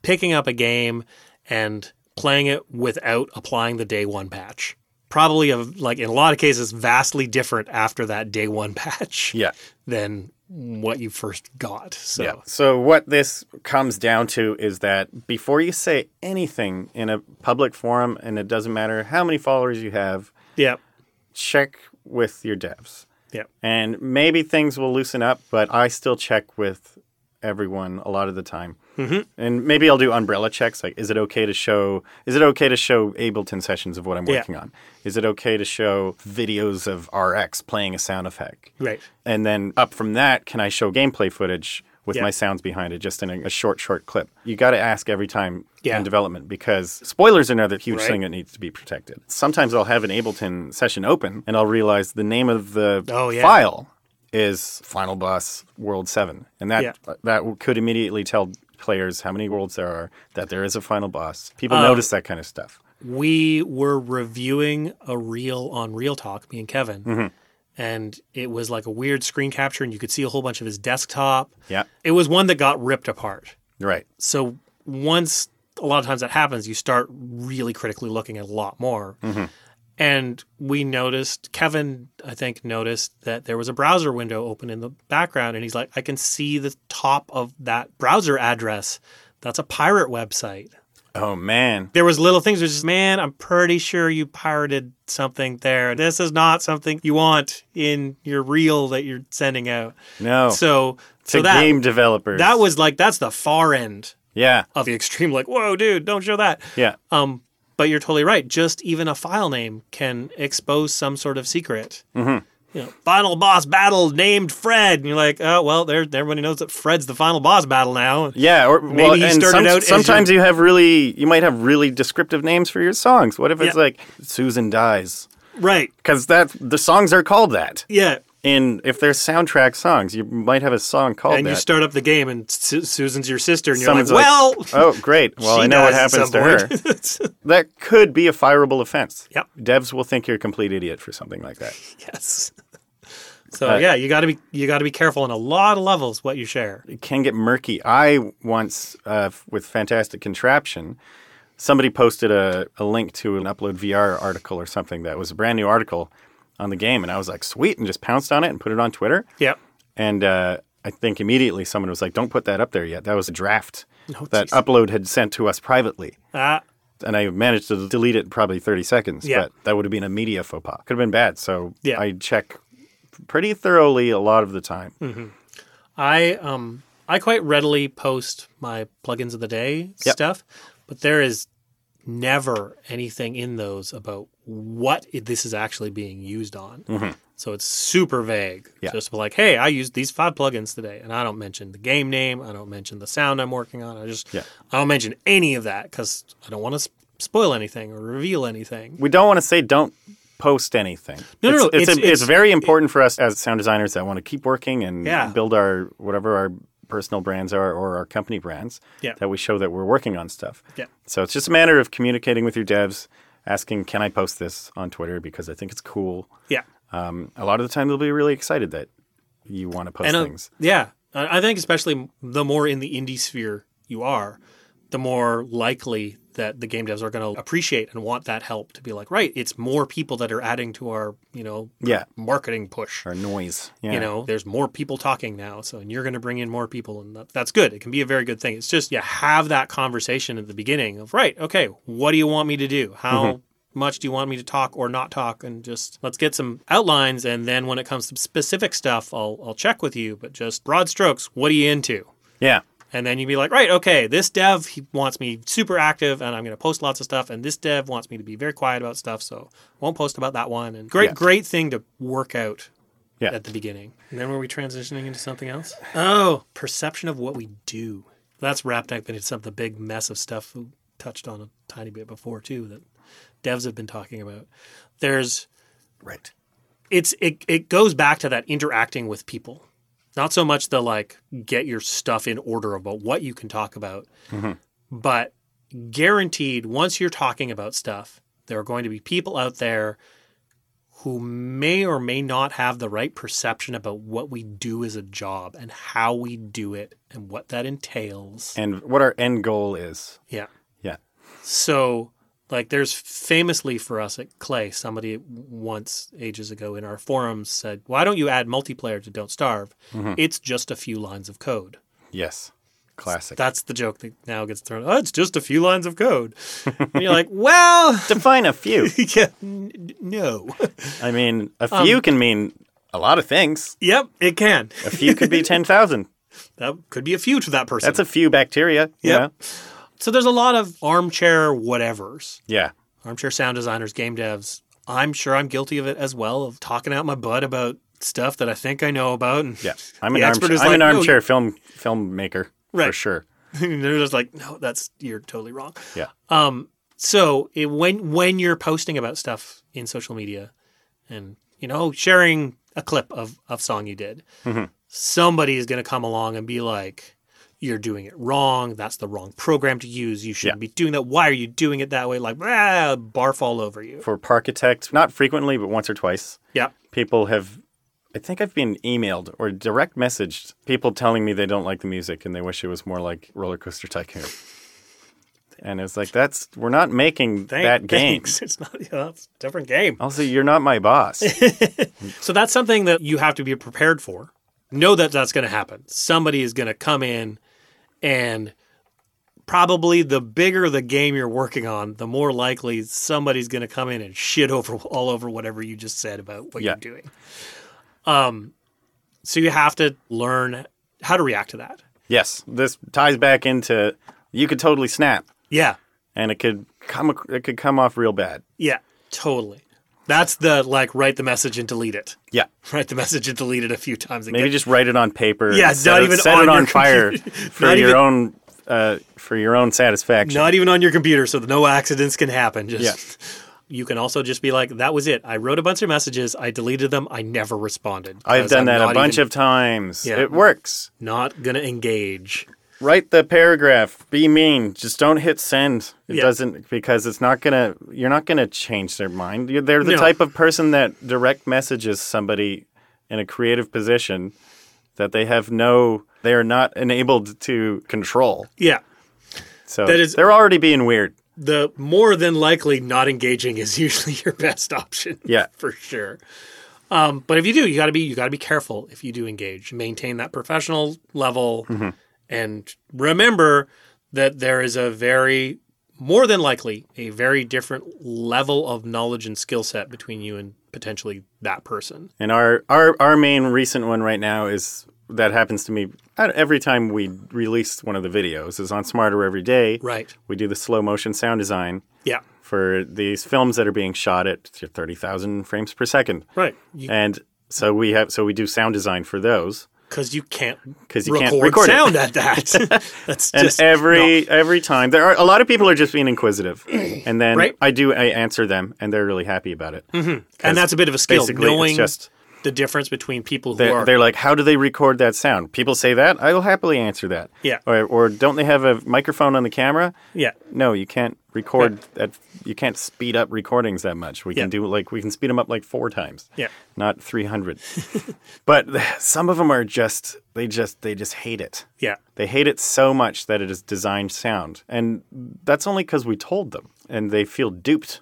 S2: picking up a game and playing it without applying the day 1 patch. Probably of like in a lot of cases vastly different after that day 1 (laughs) patch
S1: Yeah.
S2: than what you first got. So
S1: Yeah. So what this comes down to is that before you say anything in a public forum, and it doesn't matter how many followers you have,
S2: Yep.
S1: check with your devs.
S2: Yep.
S1: And maybe things will loosen up, but I still check with everyone a lot of the time. Mm-hmm. And maybe I'll do umbrella checks. Like, is it okay to show? Is it okay to show Ableton sessions of what I'm
S2: Yeah.
S1: working on? Is it okay to show videos of RX playing a sound effect?
S2: Right.
S1: And then up from that, can I show gameplay footage with
S2: Yeah.
S1: my sounds behind it, just in a, a short, short clip? You got to ask every time
S2: Yeah.
S1: in development because spoilers are another huge
S2: Right.
S1: thing that needs to be protected. Sometimes I'll have an Ableton session open and I'll realize the name of the
S2: Oh, yeah.
S1: file is Final Boss World 7. And that, uh,
S2: Yeah.
S1: that could immediately tell players how many worlds there are, that there is a final boss. People
S2: Um,
S1: notice that kind of stuff.
S2: we were reviewing a reel on Real Talk, me and Kevin, and it was like a weird screen capture, and you could see a whole bunch of his desktop.
S1: Yeah.
S2: It was one that got ripped apart.
S1: Right.
S2: So once a lot of times that happens, you start really critically looking at a lot more. And we noticed Kevin, I think, noticed that there was a browser window open in the background, and he's like, "I can see the top of that browser address. That's a pirate website."
S1: Oh, man.
S2: there was little things which is man i'm pretty sure you pirated something there this is not something you want in your reel that you're sending out
S1: No.
S2: so so
S1: Oh. to
S2: that
S1: game developers.
S2: that was like that's the far end
S1: Yeah.
S2: of the extreme like whoa dude don't show that
S1: Yeah.
S2: um
S1: Mm-hmm.
S2: but you're totally right just even a file name can expose some sort of secret you know, final boss battle named Fred, and you're like, oh well, there everybody knows that Fred's the final boss battle now.
S1: Yeah, or well,
S2: he
S1: and
S2: started
S1: some-
S2: out as
S1: sometimes you have really you might have really descriptive names for your songs. What if it's
S2: Yeah.
S1: like Susan dies?
S2: Right?
S1: Because that the songs are called that.
S2: Yeah.
S1: In if they're soundtrack songs, you might have a song called
S2: And
S1: that.
S2: you start up the game, and Su- Susan's your sister, and you're
S1: Someone's
S2: like, well,
S1: oh great,
S2: (laughs)
S1: well
S2: she
S1: I know what
S2: dies
S1: happens
S2: at
S1: to
S2: some
S1: her.
S2: (laughs) point.
S1: that could be a fireable offense.
S2: Yep.
S1: Devs will think you're a complete idiot for something like that.
S2: yes.
S1: Uh,
S2: So yeah, you got to be you got to be careful on a lot of levels what you share.
S1: it can get murky. I once, uh, f- with Fantastic Contraption, somebody posted a, a link to an Upload VR article or something that was a brand new article on the game. And I was like, sweet, and just pounced on it and put it on Twitter.
S2: Yep.
S1: And uh, I think immediately someone was like, don't put that up there yet. That was a draft
S2: Oh,
S1: that
S2: jeez.
S1: Upload had sent to us privately.
S2: Ah.
S1: And I managed to delete it in probably 30 seconds.
S2: Yeah.
S1: But that would have been a media faux pas. Could have been bad. So
S2: Yeah.
S1: I check pretty thoroughly a lot of the time.
S2: I um I quite readily post my plugins of the day
S1: Yep.
S2: stuff, but there is never anything in those about what i- this is actually being used on. So it's super vague.
S1: Mm-hmm. Yeah.
S2: Just like, hey, I used these five plugins today, and I don't mention the game name, I don't mention the sound I'm working on, I just
S1: Yeah.
S2: I don't mention any of that because I don't want to sp- spoil anything or reveal anything.
S1: we don't want to say don't post anything.
S2: No, no,
S1: it's,
S2: no,
S1: It's,
S2: it's-
S1: it's,
S2: it's-
S1: very important for us as sound designers that want to keep working and
S2: Yeah.
S1: build our whatever our personal brands are or our company brands
S2: Yeah.
S1: that we show that we're working on stuff.
S2: Yeah.
S1: So it's just a matter of communicating with your devs, asking, "Can I post this on Twitter because I think it's cool?"
S2: Yeah.
S1: Um, a lot of the time, they'll be really excited that you want to post
S2: uh,
S1: things.
S2: yeah, I I think especially the more in the indie sphere you are, the more likely that the game devs are going to appreciate and want that help to be like, right, it's more people that are adding to our, you know,
S1: Yeah.
S2: marketing push.
S1: Or noise. Yeah.
S2: You know, there's more people talking now, so and you're going to bring in more people, and that, that's good. It can be a very good thing. It's just you have that conversation at the beginning of right, okay, what do you want me to do? How much do you want me to talk or not talk? And just let's get some outlines, and then when it comes to specific stuff, I'll I'll check with you. But just broad strokes, what are you into?
S1: Yeah.
S2: And then you'd be like, right, okay, this dev he wants me super active and I'm going to post lots of stuff. And this dev wants me to be very quiet about stuff. So won't post about that one. And great,
S1: Yeah.
S2: great thing to work out
S1: Yeah.
S2: at the beginning. And then were we transitioning into something else? Oh, perception of what we do. That's wrapped up into some of the big mess of stuff we touched on a tiny bit before, too, that devs have been talking about. There's
S1: Right.
S2: it's it, it goes back to that interacting with people not so much the like get your stuff in order about what you can talk about
S1: Mm-hmm.
S2: but guaranteed once you're talking about stuff there are going to be people out there who may or may not have the right perception about what we do as a job and how we do it and what that entails
S1: And what our end goal is.
S2: yeah
S1: Yeah.
S2: so, like, there's famously for us at Clay, somebody once ages ago in our forums said, Why don't you add multiplayer to Don't Starve?
S1: Mm-hmm.
S2: It's just a few lines of code.
S1: Yes. Classic.
S2: That's the joke that now gets thrown. Oh, it's just a few lines of code. and
S1: (laughs)
S2: you're like, Well,
S1: Define a
S2: (laughs)
S1: few.
S2: yeah, n- no.
S1: I mean, a few
S2: Um,
S1: can mean a lot of things.
S2: (laughs) yep, it can.
S1: A few could
S2: (laughs)
S1: be 10,000.
S2: That could be a few to that person.
S1: That's a few bacteria.
S2: Yep.
S1: Yeah.
S2: so, there's a lot of armchair whatevers.
S1: Yeah.
S2: armchair sound designers, game devs. I'm sure I'm guilty of it as well of talking out my butt about stuff that I think I know about. And
S1: Yeah. I'm an,
S2: The expert
S1: armchair,
S2: is
S1: I'm an
S2: like, no,
S1: armchair film filmmaker for
S2: Right.
S1: sure.
S2: (laughs) they're just like, no, that's you're totally wrong.
S1: Yeah.
S2: Um, so it, when when you're posting about stuff in social media, and you know sharing a clip of of song you did,
S1: Mm-hmm.
S2: somebody is going to come along and be like. You're doing it wrong. That's the wrong program to use. You shouldn't
S1: Yeah.
S2: be doing that. Why are you doing it that way? Like, ah, barf all over you.
S1: For Parkitect, not frequently, but once or twice,
S2: Yeah.
S1: people have, I think I've been emailed or direct messaged people telling me they don't like the music and they wish it was more like Roller Coaster Tycoon. and it's like, that's, we're not making
S2: Thank-
S1: that game.
S2: (laughs) thanks. It's not, yeah, it's a different game.
S1: Also, you're not my
S2: (laughs)
S1: boss.
S2: So that's something that you have to be prepared for. Know that that's going to happen. Somebody is going to come in, and probably the bigger the game you're working on, the more likely somebody's going to come in and shit over (laughs) all over whatever you just said about what
S1: Yeah.
S2: you're doing. Um, so you have to learn how to react to that.
S1: yes. This ties back into, you could totally snap.
S2: Yeah,
S1: and it could come ac- it could come off real bad.
S2: yeah, totally. That's the like write the message and delete it. (laughs)
S1: Yeah.
S2: Write the message and delete it a few times. and
S1: Maybe
S2: get-
S1: just write it on paper.
S2: Yeah,
S1: and set
S2: not
S1: it,
S2: even
S1: set
S2: on
S1: it
S2: your (laughs)
S1: on fire
S2: computer.
S1: for
S2: Not
S1: your
S2: even-
S1: own uh, for your own satisfaction.
S2: not even on your computer, so that no accidents can happen. Just
S1: Yeah.
S2: you can also just be like, that was it. I wrote a bunch of messages. I deleted them. I never responded.
S1: I've
S2: 'cause
S1: done
S2: I'm
S1: that a
S2: not
S1: bunch
S2: even-
S1: of times.
S2: Yeah.
S1: It works.
S2: not gonna engage.
S1: Write the paragraph. Be mean. Just don't hit send. It
S2: Yeah.
S1: doesn't because it's not gonna. You're not gonna change their mind. You're, they're the
S2: No.
S1: type of person that direct messages somebody in a creative position that they have no. They are not enabled to control.
S2: Yeah.
S1: So
S2: That is-
S1: they're already being weird.
S2: the more than likely not engaging is (laughs) usually your best option.
S1: Yeah.
S2: for sure. Um, but if you do, you got to be you got to be careful. If you do engage, maintain that professional level,
S1: Mm-hmm.
S2: and remember that there is a very more than likely a very different level of knowledge and skill set between you and potentially that person.
S1: And our, our our main recent one right now is that happens to me at- every time we release one of the videos is on Smarter Every Day.
S2: Right.
S1: We do the slow motion sound design
S2: Yeah.
S1: for these films that are being shot at thirty thousand frames per second.
S2: Right. Because
S1: And so we have so we do sound design for those
S2: you, can't
S1: because you
S2: record,
S1: can't record it.
S2: sound
S1: (laughs)
S2: at that. (laughs) That's
S1: And
S2: just
S1: every every time there are a lot of people are just being
S2: (clears throat)
S1: inquisitive, and then
S2: Right.
S1: I do I answer them, and they're really happy about it.
S2: and that's a bit of a skill
S1: Basically,
S2: knowing
S1: it's just
S2: the difference between people who
S1: They're,
S2: are
S1: they're like, how do they record that sound? People say that. I will happily answer that.
S2: Yeah.
S1: Or, or don't they have a microphone on the camera?
S2: yeah
S1: No, you can't record that. You can't speed up recordings that much. We
S2: Yeah.
S1: can do like we can speed them up like four times.
S2: Yeah.
S1: Not three
S2: (laughs)
S1: hundred. but (laughs) some of them are just they just they just hate it.
S2: yeah
S1: They hate it so much that it is designed sound, and that's only because we told them, and they feel duped.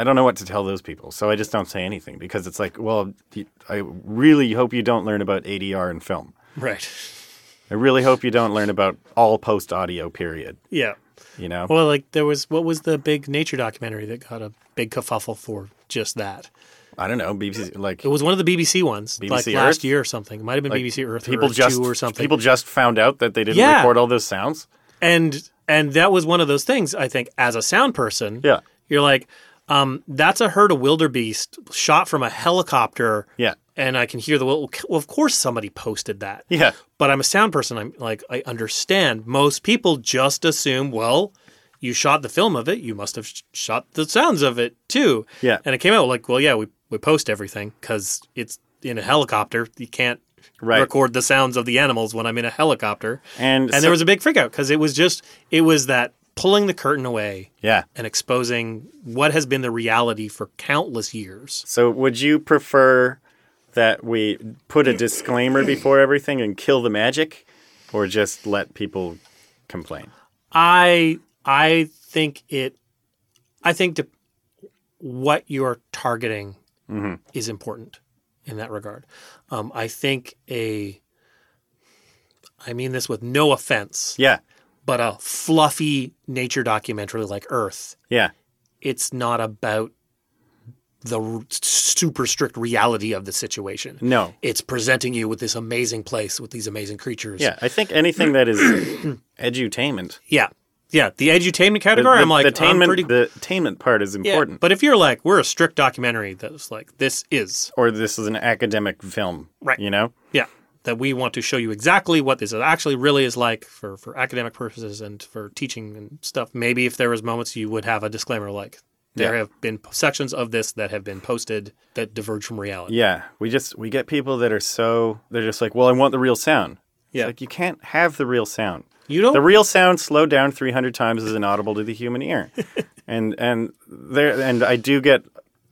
S1: I don't know what to tell those people, so I just don't say anything because it's like, well, you- I really hope you don't learn about ADR in film.
S2: right
S1: I really hope you don't learn about all post audio. Period.
S2: yeah
S1: You know,
S2: well like there was what was the big nature documentary that got a big kerfuffle for just that
S1: I don't know. BBC, like
S2: uh, it was one of the bbc ones like
S1: BBC
S2: last
S1: Earth?
S2: year or something it might have been bbc earth
S1: people
S2: or Earth
S1: just
S2: 2 or something
S1: people just found out that they didn't
S2: Yeah.
S1: record all those sounds.
S2: and and that was one of those things i think as a sound person
S1: Yeah.
S2: you're like um, that's a herd of wildebeest shot from a helicopter
S1: Yeah.
S2: and i can hear the wil- well of course somebody posted that
S1: Yeah.
S2: but I'm a sound person. I'm like, I understand. Most people just assume, well, you shot the film of it. You must have sh- shot the sounds of it too.
S1: Yeah.
S2: And it came out like, well, yeah, we, we post everything because it's in a helicopter. You can't
S1: Right.
S2: record the sounds of the animals when I'm in a helicopter.
S1: And
S2: And
S1: so-
S2: there was a big freak out because it was just, it was that pulling the curtain away
S1: Yeah.
S2: and exposing what has been the reality for countless years.
S1: So, would you prefer that we put a disclaimer before everything and kill the magic, or just let people complain?
S2: I I think it. I think the, what you're targeting
S1: Mm-hmm.
S2: is important in that regard. Um, I think a. I mean this with no offense,
S1: Yeah,
S2: but a fluffy nature documentary like Earth,
S1: yeah,
S2: it's not about the r- super strict reality of the situation.
S1: no,
S2: It's presenting you with this amazing place with these amazing creatures.
S1: yeah. I think anything that is (coughs) edutainment,
S2: yeah, yeah. The edutainment
S1: the,
S2: category,
S1: the-
S2: I'm like,
S1: the
S2: I'm
S1: attainment,
S2: pretty
S1: the attainment part is
S2: Yeah,
S1: important.
S2: But if you're like, we're a strict documentary that's like, this is,
S1: or this is an academic film,
S2: Right.
S1: You know,
S2: yeah, that we want to show you exactly what this actually really is like for, for academic purposes and for teaching and stuff. Maybe if there was moments you would have a disclaimer like, there
S1: Yeah.
S2: have been sections of this that have been posted that diverge from reality.
S1: yeah. We just we get people that are so they're just like, well, I want the real sound. It's
S2: Yeah.
S1: like you can't have the real sound.
S2: You don't,
S1: The real sound slowed down 300 times is inaudible to the human ear. and and there and I do get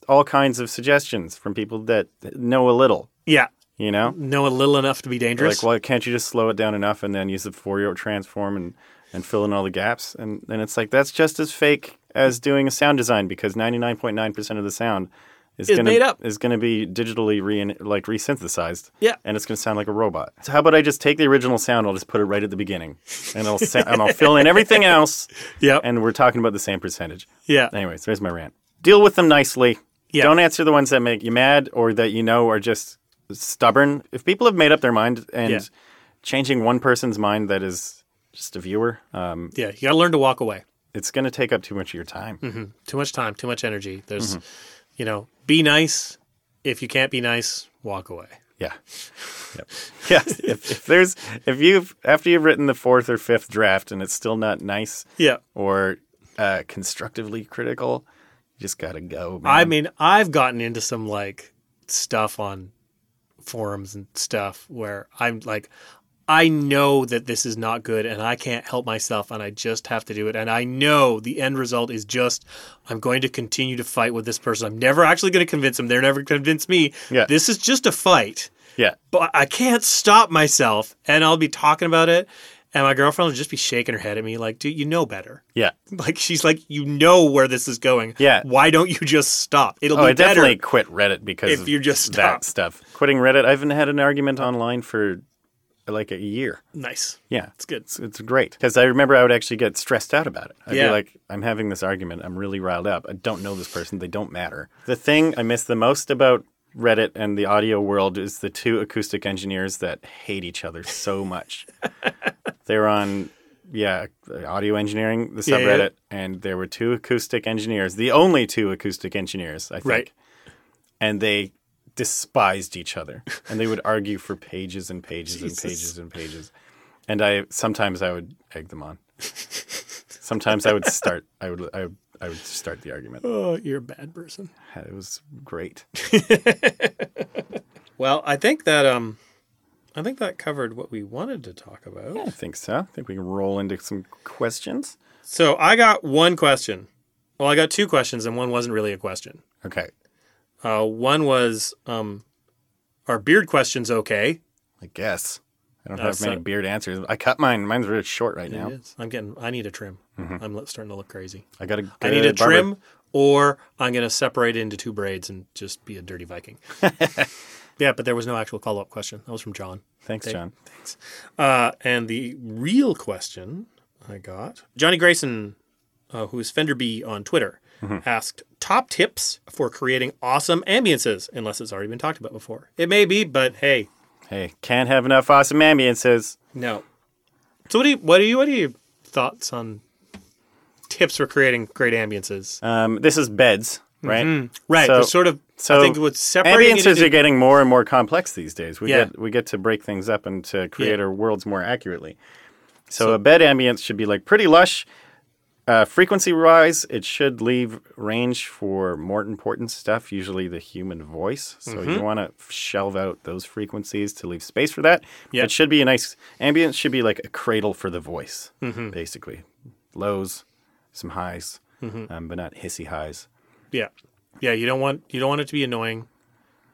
S1: all kinds of suggestions from people that know a little,
S2: yeah,
S1: you know?
S2: know a little enough to be dangerous.
S1: Like, well, can't you just slow it down enough and then use the Fourier transform and, and fill in all the gaps? And and it's like that's just as fake as doing a sound design because 99.9% of the sound is
S2: Is
S1: gonna
S2: made up.
S1: is gonna be digitally re like resynthesized.
S2: Yeah.
S1: And it's gonna sound like a robot. So how about I just take the original sound, I'll just put it right at the beginning. And I'll sa- and I'll fill in everything else
S2: Yep.
S1: and we're talking about the same percentage.
S2: yeah.
S1: Anyways, there's my rant. Deal with them nicely.
S2: Yeah.
S1: Don't answer the ones that make you mad or that you know are just stubborn. If people have made up their mind and
S2: Yeah.
S1: changing one person's mind that is just a viewer, um,
S2: Yeah. You got to learn to walk away. Mm-hmm.
S1: it's going to take up too much of your time.
S2: Too much time, too much energy. There's
S1: Mm-hmm.
S2: you know, be nice. If you can't be nice, walk away.
S1: Yeah. Yep. (laughs) yeah. If, if there's if you've after you've written the fourth or fifth draft and it's still not nice
S2: Yeah.
S1: or uh, constructively critical, you just gotta go. Man.
S2: I mean, I've gotten into some like stuff on forums and stuff where I'm like, I know that this is not good and I can't help myself and I just have to do it. And I know the end result is just, I'm going to continue to fight with this person. I'm never actually going to convince them. They're never going to convince me.
S1: Yeah.
S2: This is just a fight,
S1: yeah.
S2: but I can't stop myself. And I'll be talking about it. And my girlfriend will just be shaking her head at me like, dude, you know better.
S1: Yeah.
S2: Like she's like, you know where this is going.
S1: Yeah.
S2: Why don't you just stop? It'll
S1: Oh,
S2: be
S1: I definitely
S2: better.
S1: quit Reddit because
S2: if
S1: of
S2: you just stop.
S1: that stuff. Quitting Reddit. I haven't had an argument online for like a year.
S2: Nice.
S1: Yeah.
S2: It's good.
S1: It's, it's great because I remember I would actually get stressed out about it. I'd
S2: Yeah.
S1: be like, I'm having this argument. I'm really riled up. I don't know this person. They don't matter. The thing I miss the most about Reddit and the audio world is the two acoustic engineers that hate each other so
S2: (laughs)
S1: much. They're on, yeah, audio engineering, the
S2: Yeah,
S1: subreddit,
S2: yeah.
S1: and there were two acoustic engineers, the only two acoustic engineers, I think.
S2: Right.
S1: And they despised each other and they would argue for pages and pages
S2: Jesus.
S1: and pages and pages and i sometimes i would egg them on sometimes i would start i would i, would- I would start the argument
S2: Oh, you're a bad person.
S1: it was great
S2: Well, I think that um I think that covered what we wanted to talk about.
S1: i think so i think we can roll into some questions
S2: So I got one question. Well, I got two questions and one wasn't really a question.
S1: okay
S2: Uh, one was um are beard questions okay?
S1: i guess i don't
S2: Uh,
S1: have
S2: so-
S1: many beard answers i cut mine mine's really short right now
S2: is. I'm getting I need a trim.
S1: Mm-hmm.
S2: I'm li- starting to look crazy.
S1: i got a
S2: I need a
S1: good barber.
S2: trim, or I'm going to separate it into two braids and just be a dirty
S1: (laughs)
S2: Viking. yeah, but there was no actual follow up question. That was from John.
S1: thanks john
S2: Uh, and the real question I got Johnny Grayson, uh, who is Fender B on Twitter,
S1: Mm-hmm.
S2: asked top tips for creating awesome ambiences, unless it's already been talked about before. It may be, but hey,
S1: hey can't have enough awesome ambiences
S2: no. So what do you, what do you, what are your thoughts on tips for creating great ambiences?
S1: um, this is beds right
S2: Right.
S1: So-
S2: there's sort of.
S1: so
S2: I think what's separating it
S1: Ambiences
S2: into,
S1: are getting more and more complex these days. We
S2: Yeah.
S1: get we get to break things up and to create
S2: Yeah.
S1: our worlds more accurately. So, a bed ambience should be like pretty lush. Uh, frequency wise, it should leave range for more important stuff, usually the human voice. So
S2: Mm-hmm.
S1: you want to shelve out those frequencies to leave space for that.
S2: Yeah.
S1: It should be a nice ambience. Should be like a cradle for the voice,
S2: Mm-hmm.
S1: basically. Lows, some highs,
S2: Mm-hmm.
S1: um, but not hissy highs.
S2: yeah, yeah. You don't want you don't want it to be annoying.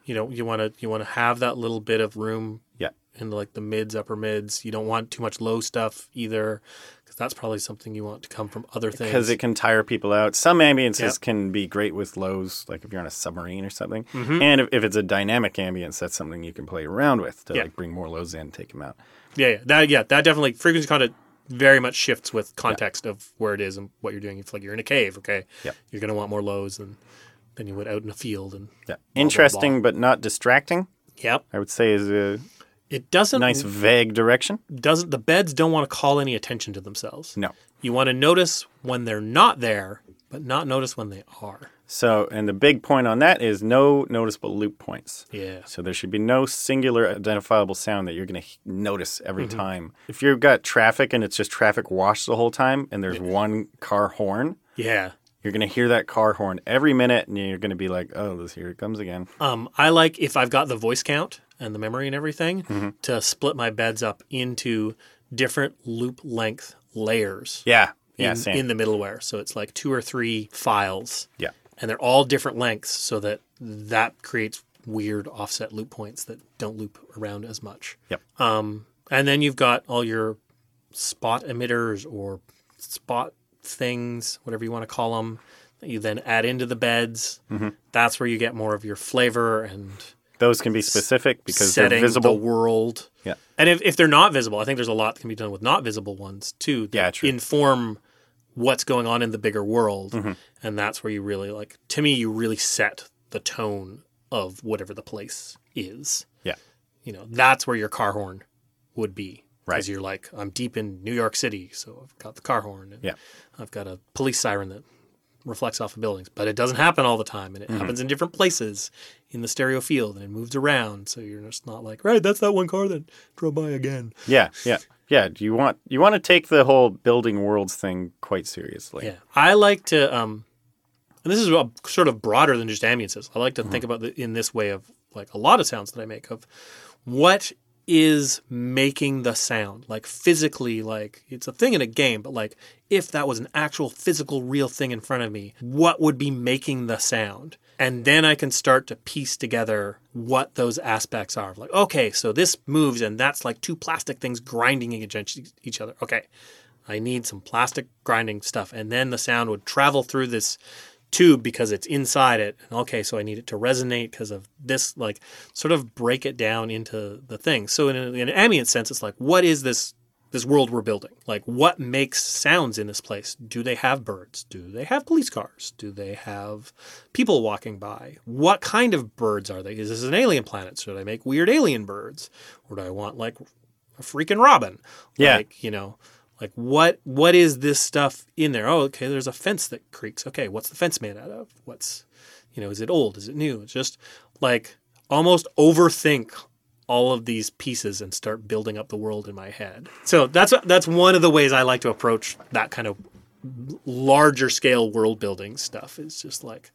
S2: You know, you want to you want to have that little bit of room
S1: Yeah,
S2: in like the mids, upper mids. You don't want too much low stuff either, because that's probably something you want to come from other things.
S1: because it can tire people out. Some ambiences
S2: Yep.
S1: can be great with lows, like if you're on a submarine or something.
S2: Mm-hmm.
S1: And if, if it's a dynamic ambience, that's something you can play around with to
S2: Yeah.
S1: like bring more lows in, take them out.
S2: yeah, yeah, that yeah, that definitely frequency content very much shifts with context of where it is and what you're doing. If like you're in a cave, okay,
S1: Yep.
S2: you're gonna want more lows than than you would out in a field. And
S1: Yeah, interesting but not distracting.
S2: yep,
S1: I would say is a
S2: it doesn't
S1: nice vague direction.
S2: doesn't the beds don't want to call any attention to themselves.
S1: No,
S2: You want to notice when they're not there, but not notice when they are.
S1: so and the big point on that is no noticeable loop points.
S2: Yeah.
S1: So there should be no singular identifiable sound that you're going to notice every
S2: Mm-hmm.
S1: time. If you've got traffic and it's just traffic wash the whole time, and there's one car horn.
S2: Yeah.
S1: You're gonna hear that car horn every minute, and you're gonna be like, "Oh, this here it comes again."
S2: Um, I like if I've got the voice count and the memory and everything
S1: Mm-hmm.
S2: to split my beds up into different loop length layers
S1: Yeah, yeah,
S2: in,
S1: same.
S2: in the middleware. So it's like two or three files.
S1: yeah,
S2: And they're all different lengths so that that creates weird offset loop points that don't loop around as much.
S1: yep,
S2: Um, and then you've got all your spot emitters or spot things, whatever you want to call them, that you then add into the beds. That's where you get more of your flavor and
S1: those can be specific because they're
S2: setting
S1: visible.
S2: the world.
S1: Yeah.
S2: And if, if they're not visible, I think there's a lot that can be done with not visible ones too. That
S1: Yeah, true.
S2: Inform what's going on in the bigger world.
S1: Mm-hmm.
S2: And that's where you really like, to me, you really set the tone of whatever the place is
S1: yeah,
S2: you know, that's where your car horn would be.
S1: Right.
S2: Because you're like, I'm deep in New York City, so I've got the car horn. And
S1: Yeah.
S2: I've got a police siren that reflects off of buildings, but it doesn't happen all the time, and it happens in different places in the stereo field, and it moves around. So you're just not like, right, that's that one car that drove by again.
S1: Yeah, yeah, yeah. Do you want you want to take the whole building worlds thing quite seriously?
S2: Yeah, I like to, um, and this is uh, sort of broader than just ambiances. I like to think about the, in this way of like a lot of sounds that I make of what is making the sound, like physically, like it's a thing in a game, but like if that was an actual physical, real thing in front of me, what would be making the sound? And then I can start to piece together what those aspects are. Like, okay, so this moves, and that's like two plastic things grinding against each other. Okay, I need some plastic grinding stuff. And then the sound would travel through this tube because it's inside it. And okay, so I need it to resonate because of this, like sort of break it down into the thing. So in, an- in an ambient sense, it's like, what is this? This world we're building, like what makes sounds in this place? Do they have birds? Do they have police cars? Do they have people walking by? What kind of birds are they? Is this an alien planet? Should I make weird alien birds, or do I want like a freaking robin?
S1: Yeah.
S2: like, you know, like what what is this stuff in there? Oh, okay, there's a fence that creaks. Okay, what's the fence made out of? What's you know, is it old? Is it new? It's just like almost overthink all of these pieces and start building up the world in my head. So that's that's one of the ways I like to approach that kind of larger scale world building stuff. Is just like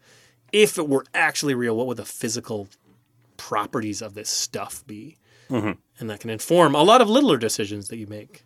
S2: if it were actually real, what would the physical properties of this stuff be? And that can inform a lot of littler decisions that you make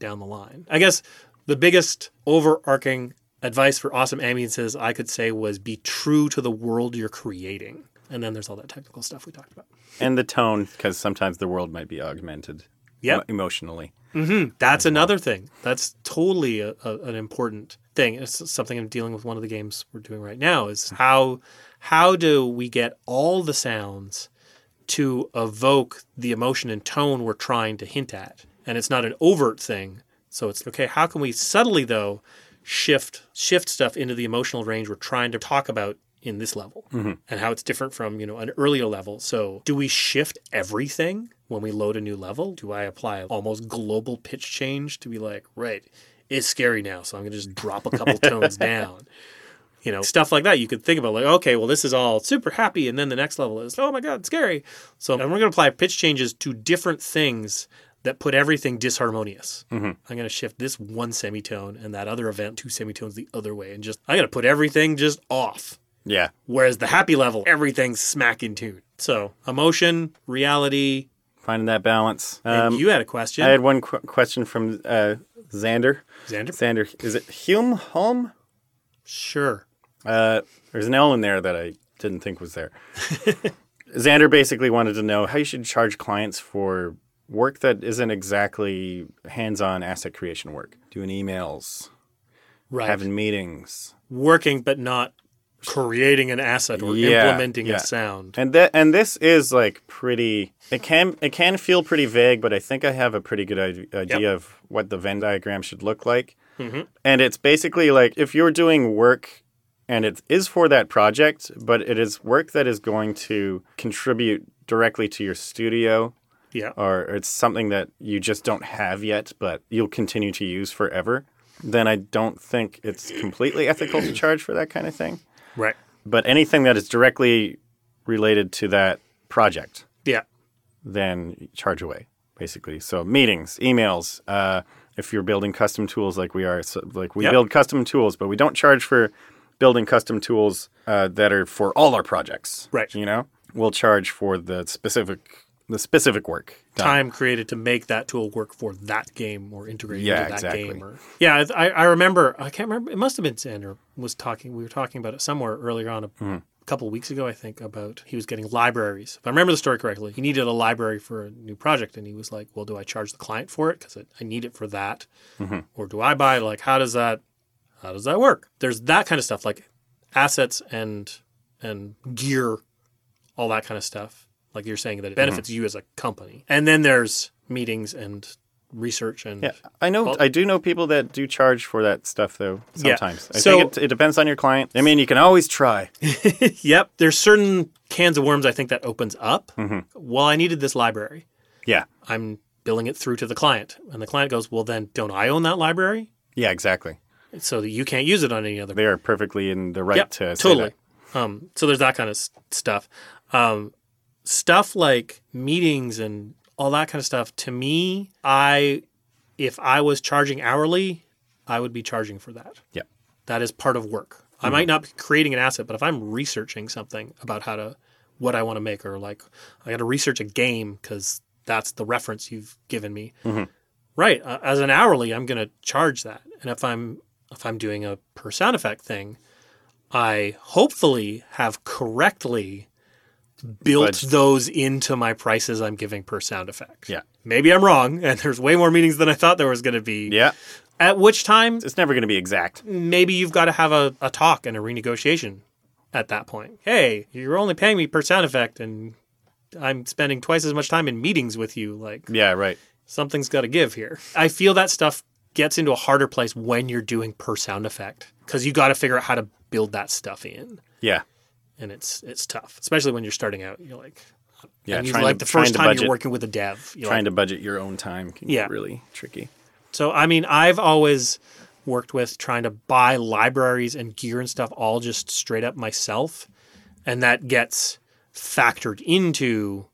S2: down the line. I guess the biggest overarching advice for awesome ambiences I could say was be true to the world you're creating. And then there's all that technical stuff we talked about.
S1: And the tone, because sometimes the world might be augmented.
S2: Yep.
S1: em- Emotionally.
S2: That's another thing. That's totally a, a, an important thing. It's something I'm dealing with. One of the games we're doing right now is how how do we get all the sounds to evoke the emotion and tone we're trying to hint at, and it's not an overt thing. So it's okay. How can we subtly though shift shift stuff into the emotional range we're trying to talk about in this level and how it's different from you know an earlier level so do we shift everything when we load a new level do i apply almost global pitch change to be like right it's scary now so i'm going to just drop a couple tones down you know stuff like that you could think about like okay well this is all super happy and then the next level is oh my god scary so and we're going to apply pitch changes to different things that put everything disharmonious
S1: Mm-hmm.
S2: i'm going to shift this one semitone and that other event two semitones the other way and just i'm going to put everything just off
S1: Yeah.
S2: whereas the happy level everything's smack in tune so emotion reality
S1: Finding that balance. Um,
S2: and you had a question
S1: I had one qu- question from uh, Xander.
S2: xander
S1: Xander, is it Hume Holm?
S2: sure
S1: Uh, there's an L in there that I didn't think was there. (laughs) Xander basically wanted to know how you should charge clients for work that isn't exactly hands-on asset creation work. Doing emails,
S2: right
S1: having meetings,
S2: working but not creating an asset or
S1: Yeah,
S2: implementing
S1: yeah.
S2: a sound
S1: and that and this is like pretty. It can it can feel pretty vague, but I think I have a pretty good ide- idea of what the Venn diagram should look like. And it's basically like if you're doing work and it is for that project, but it is work that is going to contribute directly to your studio
S2: yeah
S1: or it's something that you just don't have yet, but you'll continue to use forever, then I don't think it's completely ethical to charge for that kind of thing.
S2: right
S1: But anything that is directly related to that project,
S2: yeah
S1: then charge away, basically. So meetings, emails. Uh, if you're building custom tools like we are, so like we
S2: Yep.
S1: build custom tools, but we don't charge for building custom tools uh, that are for all our projects.
S2: Right.
S1: You know, we'll charge for the specific the specific work. done.
S2: time created to make that tool work for that game or integrate
S1: Yeah,
S2: into that
S1: exactly.
S2: game. Or, yeah, I, I remember. I can't remember. It must have been Xander was talking. We were talking about it somewhere earlier on, a
S1: Hmm.
S2: couple weeks ago, I think, about he was getting libraries. If I remember the story correctly, he needed a library for a new project, and he was like, "Well, do I charge the client for it because I need it for that,
S1: Mm-hmm.
S2: or do I buy? it? Like, how does that how does that work? There's that kind of stuff, like assets and and gear, all that kind of stuff. Like you're saying that it benefits you as a company. And then there's meetings and research and
S1: Yeah, I know. I do know people that do charge for that stuff, though.
S2: Yeah.
S1: Sometimes I
S2: So-
S1: think it, it depends on your client. I mean, you can always
S2: (laughs)
S1: try.
S2: yep. There's certain cans of worms I think that opens up. Well, I needed this library.
S1: Yeah,
S2: I'm billing it through to the client, and the client goes, "Well, then don't I own that library?"
S1: yeah, exactly.
S2: so that you can't use it on any other.
S1: They are perfectly in the right
S2: Yep,
S1: to say
S2: totally.
S1: that.
S2: Um, so there's that kind of s- stuff. Um, stuff like meetings and all that kind of stuff. To me, I if I was charging hourly, I would be charging for that.
S1: Yeah.
S2: That is part of work.
S1: Mm-hmm.
S2: I might not be creating an asset, but if I'm researching something about how to what I want to make or like I got to research a game cuz that's the reference you've given me.
S1: Mm-hmm.
S2: Right, uh, as an hourly, I'm going to charge that. And if I'm if I'm doing a per sound effect thing, I hopefully have correctly built
S1: Budged.
S2: those into my prices I'm giving per sound effect.
S1: Yeah.
S2: Maybe I'm wrong and there's way more meetings than I thought there was going to be.
S1: Yeah.
S2: At which time
S1: It's never going to be exact.
S2: maybe you've got to have a, a talk and a renegotiation at that point. Hey, you're only paying me per sound effect and I'm spending twice as much time in meetings with you. Like
S1: Yeah, right.
S2: something's got to give here. I feel that stuff gets into a harder place when you're doing per sound effect because you got to figure out how to build that stuff in,
S1: Yeah.
S2: and it's it's tough, especially when you're starting out. You're like,
S1: Yeah.
S2: and you
S1: trying
S2: like
S1: to,
S2: the first
S1: trying
S2: time
S1: to budget,
S2: you're working with a dev. You're
S1: Trying to budget your own time can
S2: Yeah.
S1: get really tricky.
S2: So I mean, I've always worked with trying to buy libraries and gear and stuff all just straight up myself, and that gets factored into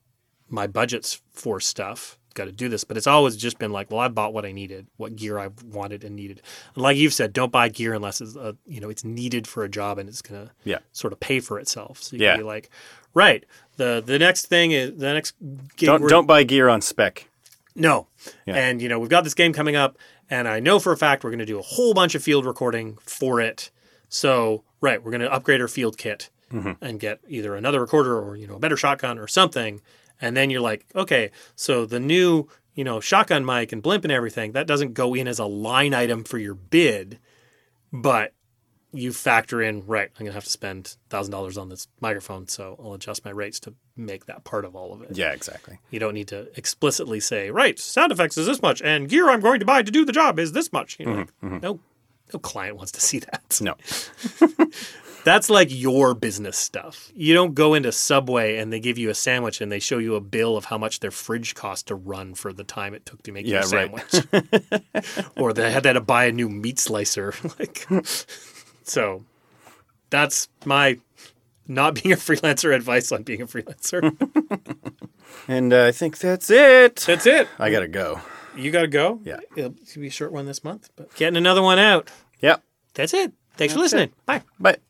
S2: my budgets for stuff. Got to do this, but it's always just been like, well, I bought what I needed, what gear I wanted and needed. And like you've said, don't buy gear unless it's uh you know it's needed for a job and it's gonna
S1: Yeah.
S2: sort of pay for itself. So you
S1: Yeah.
S2: can be like, right, the the next thing is the next gig
S1: Don't
S2: we're-
S1: don't buy gear on spec.
S2: no. And, you know, we've got this game coming up, and I know for a fact we're going to do a whole bunch of field recording for it. So, right, we're going to upgrade our field kit and get either another recorder or, you know, a better shotgun or something. And then you're like, okay, so the new, you know, shotgun mic and blimp and everything, that doesn't go in as a line item for your bid, but you factor in, right, I'm going to have to spend $1,000 on this microphone, so I'll adjust my rates to make that part of all of it.
S1: Yeah, exactly.
S2: You don't need to explicitly say, right, sound effects is this much, and gear I'm going to buy to do the job is this much. You
S1: Mm-hmm,
S2: know, like, no, no client wants to (laughs) see that.
S1: No.
S2: That's like your business stuff. You don't go into Subway and they give you a sandwich and they show you a bill of how much their fridge cost to run for the time it took to make
S1: Yeah,
S2: your
S1: right.
S2: sandwich, (laughs) or they had to buy a new meat slicer. (laughs) like, so that's my not being a freelancer advice on being a freelancer.
S1: (laughs) And uh, I think that's it.
S2: That's it.
S1: I gotta go.
S2: You gotta go.
S1: Yeah.
S2: it'll be a short one this month, but getting another one out.
S1: Yep.
S2: That's it. Thanks for listening. Bye.
S1: Bye.